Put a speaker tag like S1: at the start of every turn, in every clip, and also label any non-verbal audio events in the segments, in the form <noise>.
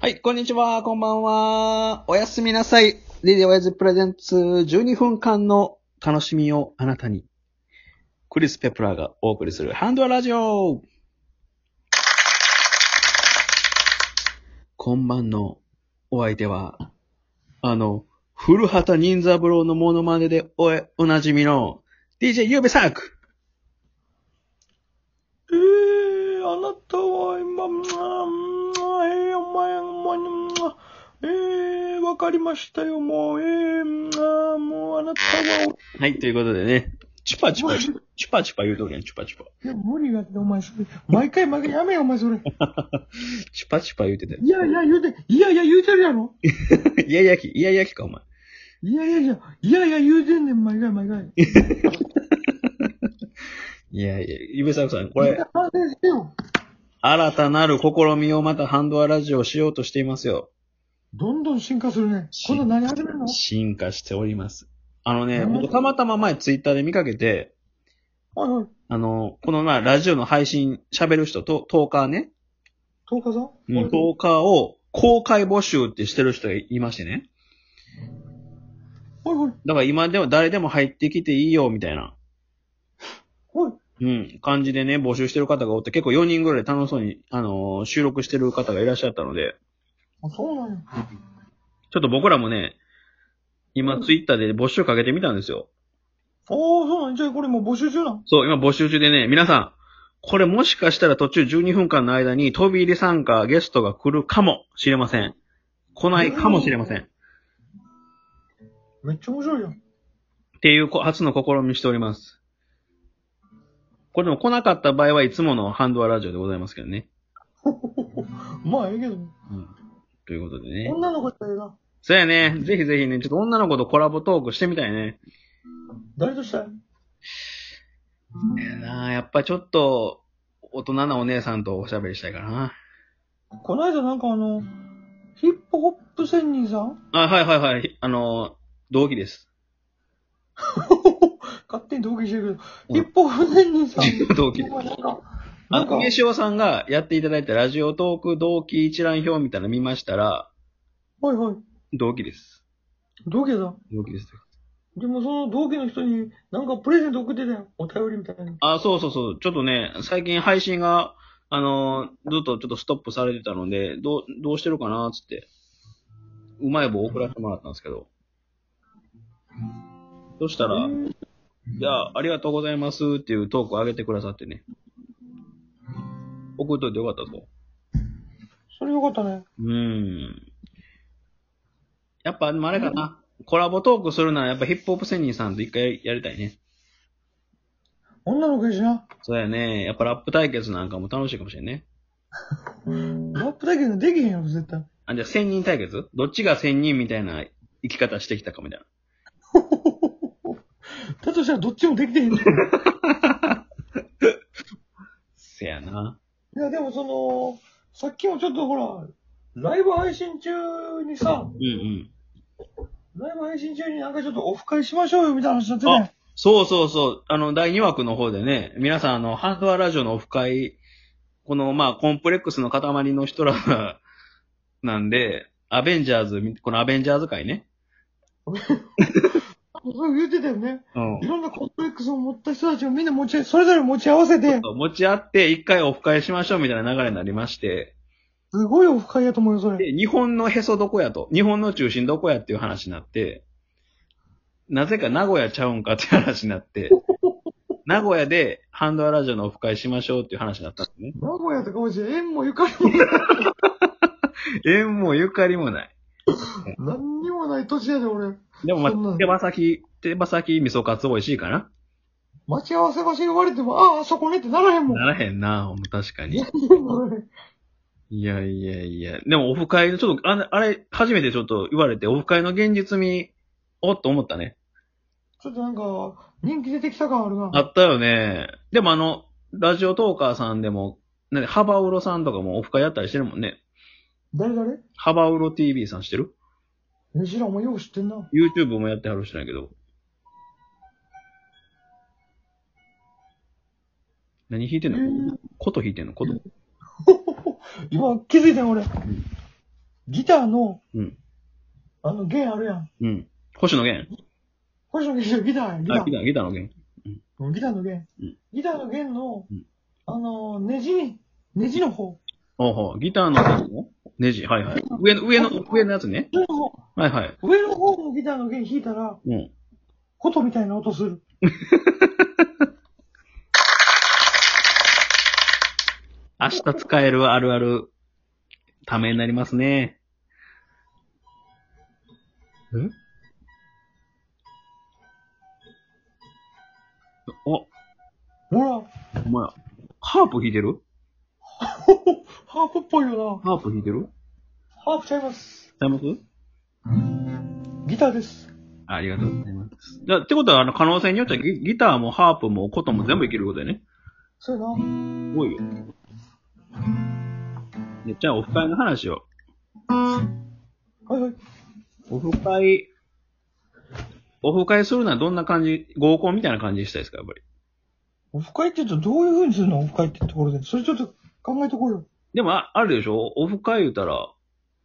S1: はい、こんにちは、こんばんは。おやすみなさい。リリー・オヤジプレゼンツ12分間の楽しみをあなたに。クリス・ペプラーがお送りするハンドアラジオ。今晩のお相手は、あの、古畑任三郎のモノマネでおえ、おなじみの DJ ゆうべサーク。
S2: えー、あなたは今、うんえー、お前、もう、えー、わかりましたよ、もう、えー、うんもう、あなたは、
S1: はい、ということでね。チュパチュパ、チュパチュパ言うとるやん、チュパチュパ。
S2: いや、無理やって、お前、それ、毎回、毎回、やめよ、お前、それ。
S1: チュパチュパ言うて <laughs> たよ。
S2: いやいや、言うて、いやいや、言うてるやろ。
S1: いやいやき、いやいやきか、お前。
S2: いやいやいや、いやいや、言うてんねん、毎回、毎回。
S1: いやいや、ゆべさくさん、こ
S2: こ
S1: れ、
S2: 反省せよ。
S1: 新たなる試みをまたハンドアラジオしようとしていますよ。
S2: どんどん進化するね。今度何始めるの
S1: 進化しております。あのね、
S2: うん
S1: 僕たまたま前ツイッターで見かけて、
S2: はいはい。
S1: あの、このまあラジオの配信喋る人と、トーカーね、
S2: 10日さん
S1: もうトーカーを公開募集ってしてる人がいましてね。
S2: はいはい。
S1: だから今でも誰でも入ってきていいよ、みたいな。
S2: はい。
S1: うん、感じでね、募集してる方がおって、結構4人ぐらい楽しそうに、あのー収録してる方がいらっしゃったので、
S2: あ、そうなんや。
S1: ちょっと僕らもね、今ツイッターで募集かけてみたんですよ。
S2: おー、そうなんやじゃあ、これもう募集中なん。
S1: そう、今募集中でね、皆さん、これもしかしたら途中12分間の間に飛び入り参加ゲストが来るかもしれません。来ないかもしれません。
S2: めっちゃ面白いやん。
S1: っていうこ初の試みしております。これでも来なかった場合はいつものハンドアラジオでございますけどね。
S2: まあ、ええけど、
S1: うん。ということでね。
S2: 女の子やったらええな。
S1: そうやね。ぜひぜひね、ちょっと女の子とコラボトークしてみたいね。
S2: 誰としたい
S1: えなあやっぱちょっと、大人なお姉さんとおしゃべりしたいかな。
S2: この間なんかあの、ヒップホップ仙人さん <laughs>
S1: あ、はいはいはい。あの、同期です。
S2: 勝手に同期してる
S1: う
S2: け
S1: ん
S2: ど、ヒップホップ仙人さん。
S1: <laughs> 同期です。
S2: なんか、
S1: あ
S2: なん
S1: の、
S2: か
S1: 梅塩さんがやっていただいたラジオトーク同期一覧表みたいなの見ましたら、
S2: はいはい。
S1: 同期です。
S2: 同期さん。
S1: 同期です。
S2: でもその同期の人になんかプレゼント送ってたよ。お便りみたいな。
S1: あ、そうそうそう。ちょっとね、最近配信が、あの、ずっとちょっとストップされてたので、どう、どうしてるかなーっつって、うまい棒送らせてもらったんですけど。そしたら、じゃあ、ありがとうございますっていうトークを上げてくださってね。送っといてよかったぞ。
S2: それよかったね。
S1: うーん。やっぱ、でもあれかな。コラボトークするなら、やっぱヒップホップ仙人さんと一回やりたいね。
S2: 女の子やしな。
S1: そうだよね。やっぱラップ対決なんかも楽しいかもしれんね。
S2: ラップだけでできへんやろ、絶対。
S1: あ、じゃあ仙人対決どっちが仙人みたいな生き方してきたかみたいな。
S2: だとしたらどっちもできてへん。い
S1: <laughs> せやな。
S2: や、でもその、さっきもちょっとほら、ライブ配信中にさ、
S1: うんうん。
S2: ライブ配信中になんかちょっとオフ会しましょうよみたいな話になってね。
S1: そうそうそう。あの、第2枠の方でね、皆さんあの、ハンドアラジオのオフ会、この、まあ、コンプレックスの塊の人らなんで、アベンジャーズ、このアベンジャーズ会ね。
S2: そう言ってたよね。
S1: うん
S2: い。ろんなコンプレックスを持った人たちをみんな持ち、それぞれ持ち合わせて、
S1: 持ち合って、一回オフ会しましょうみたいな流れになりまして、
S2: すごいオフ会やと思うよ、それ。
S1: で、日本のへそどこやと、日本の中心どこやっていう話になって、なぜか名古屋ちゃうんかっていう話にな
S2: <laughs>
S1: って、名古屋でハンドアラジオのオフ会しましょうっていう話になったんですね。
S2: 名古屋とかもし、縁もゆかりも
S1: <laughs>
S2: ない、
S1: 縁もゆかりもない。
S2: 何にもない土地やで、俺。
S1: でもま
S2: そうな
S1: あ、
S2: んだ
S1: 手羽先、手羽先味噌カツ美味しいかな
S2: 待ち合わせ場所言われても、ああ、あそこねってならへんもん。
S1: ならへんな、ほんま確かに。
S2: い
S1: いやいやいや。でもオフ会の、ちょっと、あのあれ、初めてちょっと言われて、オフ会の現実味、おっと思ったね。
S2: <laughs> ちょっとなんか、人気出てきた感あるな。
S1: あったよね。でもあの、ラジオトーカーさんでも、ね、ハバウロさんとかもオフ会やったりしてるもんね。
S2: 誰誰
S1: ハバウロ TV さんしてる
S2: え知らん、お前よく知ってんな。
S1: ?YouTube もやってはる人なんやけど。何弾い
S2: <laughs>
S1: てんの
S2: え
S1: 琴弾いてんの琴。
S2: 今、気づいたよ、俺。ギターの、
S1: うん
S2: あの、弦あるやん。
S1: うん。星野源
S2: これじゃギターやん、ギタ
S1: あ、
S2: ー
S1: ギ。ター、ギターの源。
S2: うんギターの弦
S1: うん。
S2: ギターの弦の
S1: うん、
S2: あの、ネジ、ネジの方。
S1: おうほうギターのネジねネジ、はいはい。上の、上の、上のやつね。
S2: 上の方
S1: はいはい。
S2: 上の方のギターの弦弾いたら、
S1: うん。
S2: 琴みたいな音する。
S1: 明日使えるあるある、ためになりますね。んお、
S2: ほら、
S1: お前、ハープ弾いてる
S2: ハープっぽいよ
S1: ハープ弾いてる
S2: な。ハープちゃいます。
S1: ちゃいます
S2: ギターです。
S1: ありがとうございます。じゃあってことは、あの、可能性によってはギギターもハープも琴も全部いけることだよね。
S2: そうやな。
S1: すごいよ。でじゃあ、オフ会の話を。
S2: はいはい。
S1: オフ会、オフ会するのはどんな感じ、合コンみたいな感じにしたいですか、やっぱり。
S2: オフ会って言うとどういう風にするのオフ会ってところで。それちょっと考えとこうよ。
S1: でも、ああるでしょオフ会言うたら、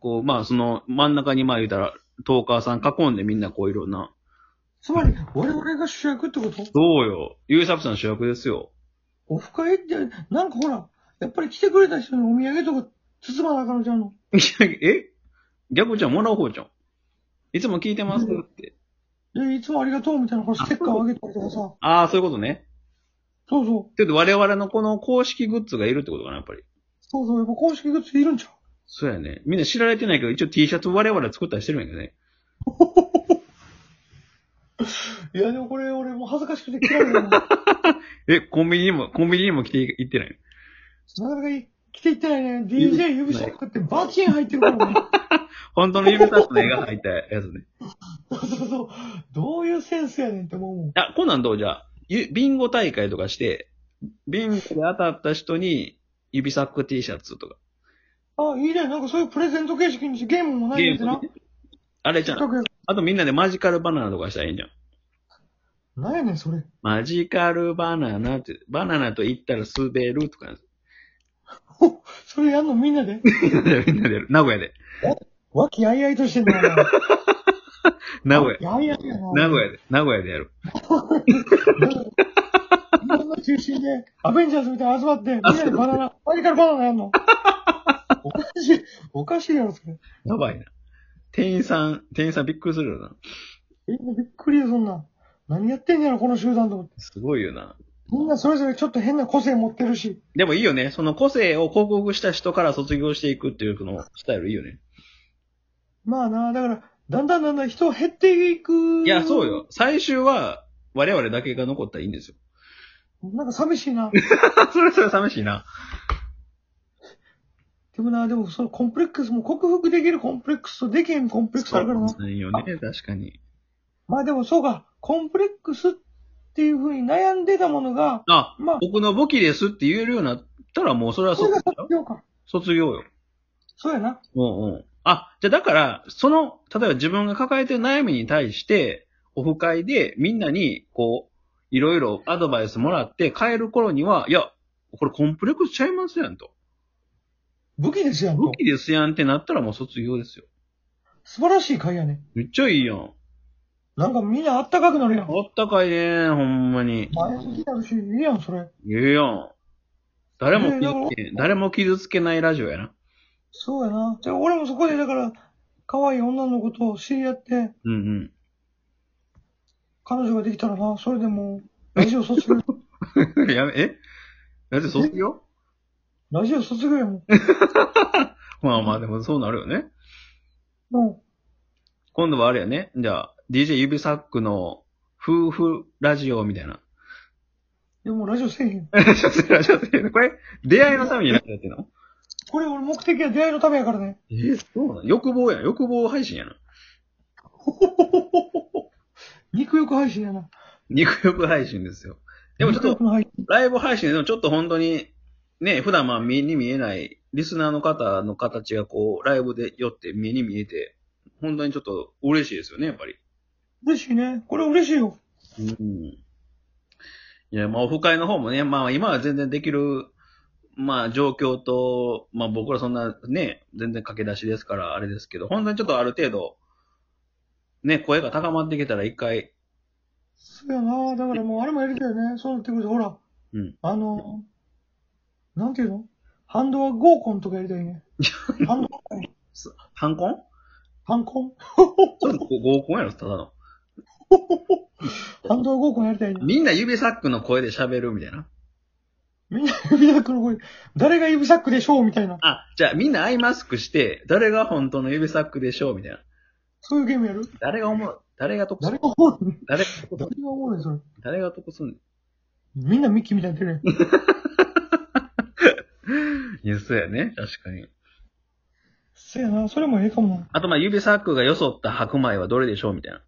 S1: こう、まあ、その、真ん中に、まあ言うたら、トーカーさん囲んでみんなこういろんな。
S2: つまり、我々が主役ってこと
S1: どうよ。ゆうさくさん主役ですよ。 <laughs>
S2: オフ会って、なんかほら、やっぱり来てくれた人にお土産とか包まなあかんのちゃうの
S1: いやえ逆じゃん、もらう方じゃん。いつも聞いてますって。
S2: で、いつもありがとうみたいな、これステッカーをあげたりとかさ。
S1: ああ、そういうことね。
S2: そうそう。
S1: ちょっと我々のこの公式グッズがいるってことかな、やっぱり。
S2: そうそう。やっぱ公式グッズいるんちゃう
S1: そうやね。みんな知られてないけど、一応 T シャツ我々作ったりしてるんやけどね。
S2: いや、でもこれ、俺もう恥ずかしくて嫌いだ
S1: <laughs>
S2: な。なか
S1: え、コンビニにも、コンビニにも着てい行ってない。
S2: なかい来ていってないね。DJ 指シャックってバチン入ってるからね。
S1: 本当の指差しの絵が入ったやつね。
S2: そうそうそう。どういうセンスやねんって思うもん。
S1: あ、こんなんどうじゃあ、ゆビンゴ大会とかして、ビンゴで当たった人に指サック T シャツとか。
S2: あ、いいね。なんかそういうプレゼント形式にしてゲームもない
S1: ゲ
S2: んやて
S1: ーム
S2: な。
S1: ねあれじゃん。
S2: 企画や
S1: あとみんなでマジカルバナナとかしたらいいんじゃん。
S2: なんやねん、それ。 <laughs>
S1: マジカルバナナって、バナナと言ったら滑るとか。
S2: ほそれやんのみんなで。
S1: みんなで、みんなでやる、名古屋で。
S2: 和気あいあいとしてんだな。
S1: 名古屋。
S2: やいやいやな。
S1: 名古屋で、名古屋でやる。
S2: 日本の中心で、アベンジャーズみたいに集まって、みんなでバ
S1: <laughs>
S2: ナナ、マジカルバナナやんの。おかしい、おかしいやろ、それ。
S1: やばいな。店員さん、店員さんびっくりするよな。
S2: え、びっくりよ、そんなん。何やってんねやろ、この集団と思って。
S1: すごいよな。
S2: みんなそれぞれちょっと変な個性持ってるし。
S1: でもいいよね。その個性を克服した人から卒業していくっていうそのスタイルいいよね。
S2: まあな、だから、だんだんだんだん人減っていく。
S1: いや、そう。よ。最終は、我々だけが残ったらいいんですよ。
S2: なんか寂しいな。
S1: <laughs>
S2: <laughs>
S1: それそれ寂しいな。
S2: でもな、でもそのコンプレックスも克服できるコンプレックスとできへんコンプレックスあるからな。
S1: ないよね、確かに。
S2: まあでもそうか、コンプレックスっていう風に悩んでたものが、
S1: あ、
S2: まあ、
S1: 僕の武器ですって言えるようになったらもうそれは
S2: それ
S1: 卒
S2: が
S1: 業
S2: <laughs> 卒業か。
S1: 卒業よ。
S2: そうやな。
S1: うんうん。あ、じゃあだから、その、例えば自分が抱えてる悩みに対して、オフ会でみんなに、こう、いろいろアドバイスもらって、帰る頃には、いや、これコンプレックスちゃいますやんと。
S2: 武器ですやんと
S1: 武。器ですやんってなったらもう卒業ですよ。
S2: 素晴らしい会やね。
S1: めっちゃいいやん。あ
S2: なんかみんなあったかくなるやん。
S1: ったかいね、ほんまに。
S2: 前向きだし、いいやん、それ。
S1: いいやん。誰も傷つけ、誰も傷つけないラジオやな。
S2: そうやな。じゃあ俺もそこで、だから、可愛い女の子と知り合って、
S1: うんうん。
S2: 彼女ができたらな、それでもう、ラジオ
S1: <laughs>
S2: 卒業、
S1: やめ、えだって卒 <laughs> 業
S2: ラジオ卒業やもん。
S1: まあまあ、でもそうなるよね。
S2: も
S1: 今度はあれやね。じゃあ、DJ 指サックの夫婦ラジオみたい <laughs> な。
S2: う、でもラジオせえへん。
S1: ラジオするラジオするこれ、出会いのためにラジオやってんの
S2: これ俺目的は出会いのためやからね。
S1: え、そうなの欲望やん。欲望配信やな。
S2: 肉欲配信やな。
S1: 肉欲配信ですよ。でもちょっ
S2: 肉
S1: と
S2: 欲、の配信。
S1: ライブ配信でもちょっと本当に、ね、普段まあ目に見えない、リスナーの方の形がこう、ライブでよって目に見えて、本当にちょっと嬉しいですよね、やっぱり。
S2: 嬉しいね。これ嬉しいよ。
S1: うん。いや、まあオフ会の方もね、まあ今は全然できるまあ状況と、まあ僕らそんなね、全然駆け出しですからあれですけど、本当にちょっとある程度、ね、声が高まってきたら一回、
S2: そうやな。だからもうあれもやりたいね。そうなってくると、ほら、
S1: うん。
S2: あの、なんていうのハンドは合コンとかやりた
S1: <laughs>
S2: いね。ハンドは合コン、
S1: 反婚
S2: ハンコン
S1: それ合コンやろ、ただの。
S2: ハンドは合コンやりたいね。 <laughs>
S1: みんな指サックの声で喋るみたいな。
S2: みんな指サックの声、誰が指サックでしょうみたいな。
S1: あ、じゃあみんなアイマスクして、誰が本当の指サックでしょうみたいな。
S2: そういうゲームやる
S1: 誰が思う、誰が得す
S2: 誰
S1: る
S2: が思う
S1: 誰が得する
S2: 誰が思うねん、それ。
S1: 誰が得する
S2: みんなミッキーみたいになってるやん。
S1: いや、そうやね。確かに。
S2: そうやな。それもええかもな。
S1: あと、まあ、指サックがよそった白米はどれでしょうみたいな。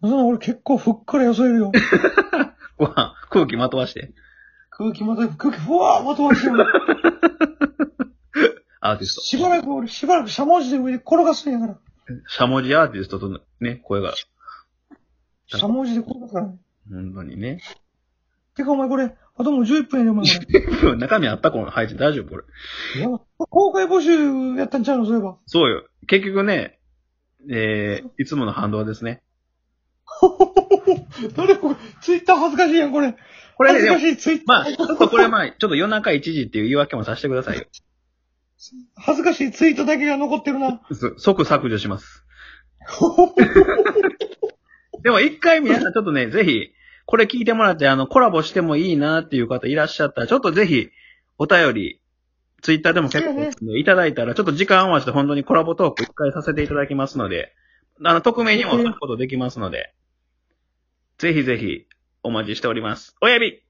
S2: そんな俺結構ふっくらよそえるよ。
S1: ご飯、空気まとわして。
S2: 空気まと空気ふわーまとわしてる。
S1: アーティスト。
S2: しばらく俺、しばらくしゃもじで上で転がすんやから。
S1: しゃもじアーティストとね、声が。
S2: しゃもじで転がすからね。
S1: 本当にね。 <laughs>
S2: てかお前これ、あともう11分やでお前こ
S1: 中身あったこの配置大丈夫これ。
S2: れ。やば公開募集やったんちゃうのそういえば。
S1: そうよ。結局ね、えー、いつもの反動ですね。
S2: 誰これ、ツイッター恥ずかしいやん、これ。
S1: これね、でも
S2: 恥ずかしい、ツイッター。
S1: まあ、ちょっとこれまあ、ちょっと夜中1時っていう言い訳もさせてくださいよ。
S2: 恥ずかしいツイートだけが残ってるな。
S1: す即削除します。でも一回皆さんちょっとね、ぜひ、これ聞いてもらって、あの、コラボしてもいいなっていう方いらっしゃったら、ちょっとぜひ、お便り、ツイッターでも結構ですねいただいたら、ちょっと時間合わせて本当にコラボトーク一回させていただきますので、あの、匿名にもすることできますので、ぜひぜひ、お待ちしております。親指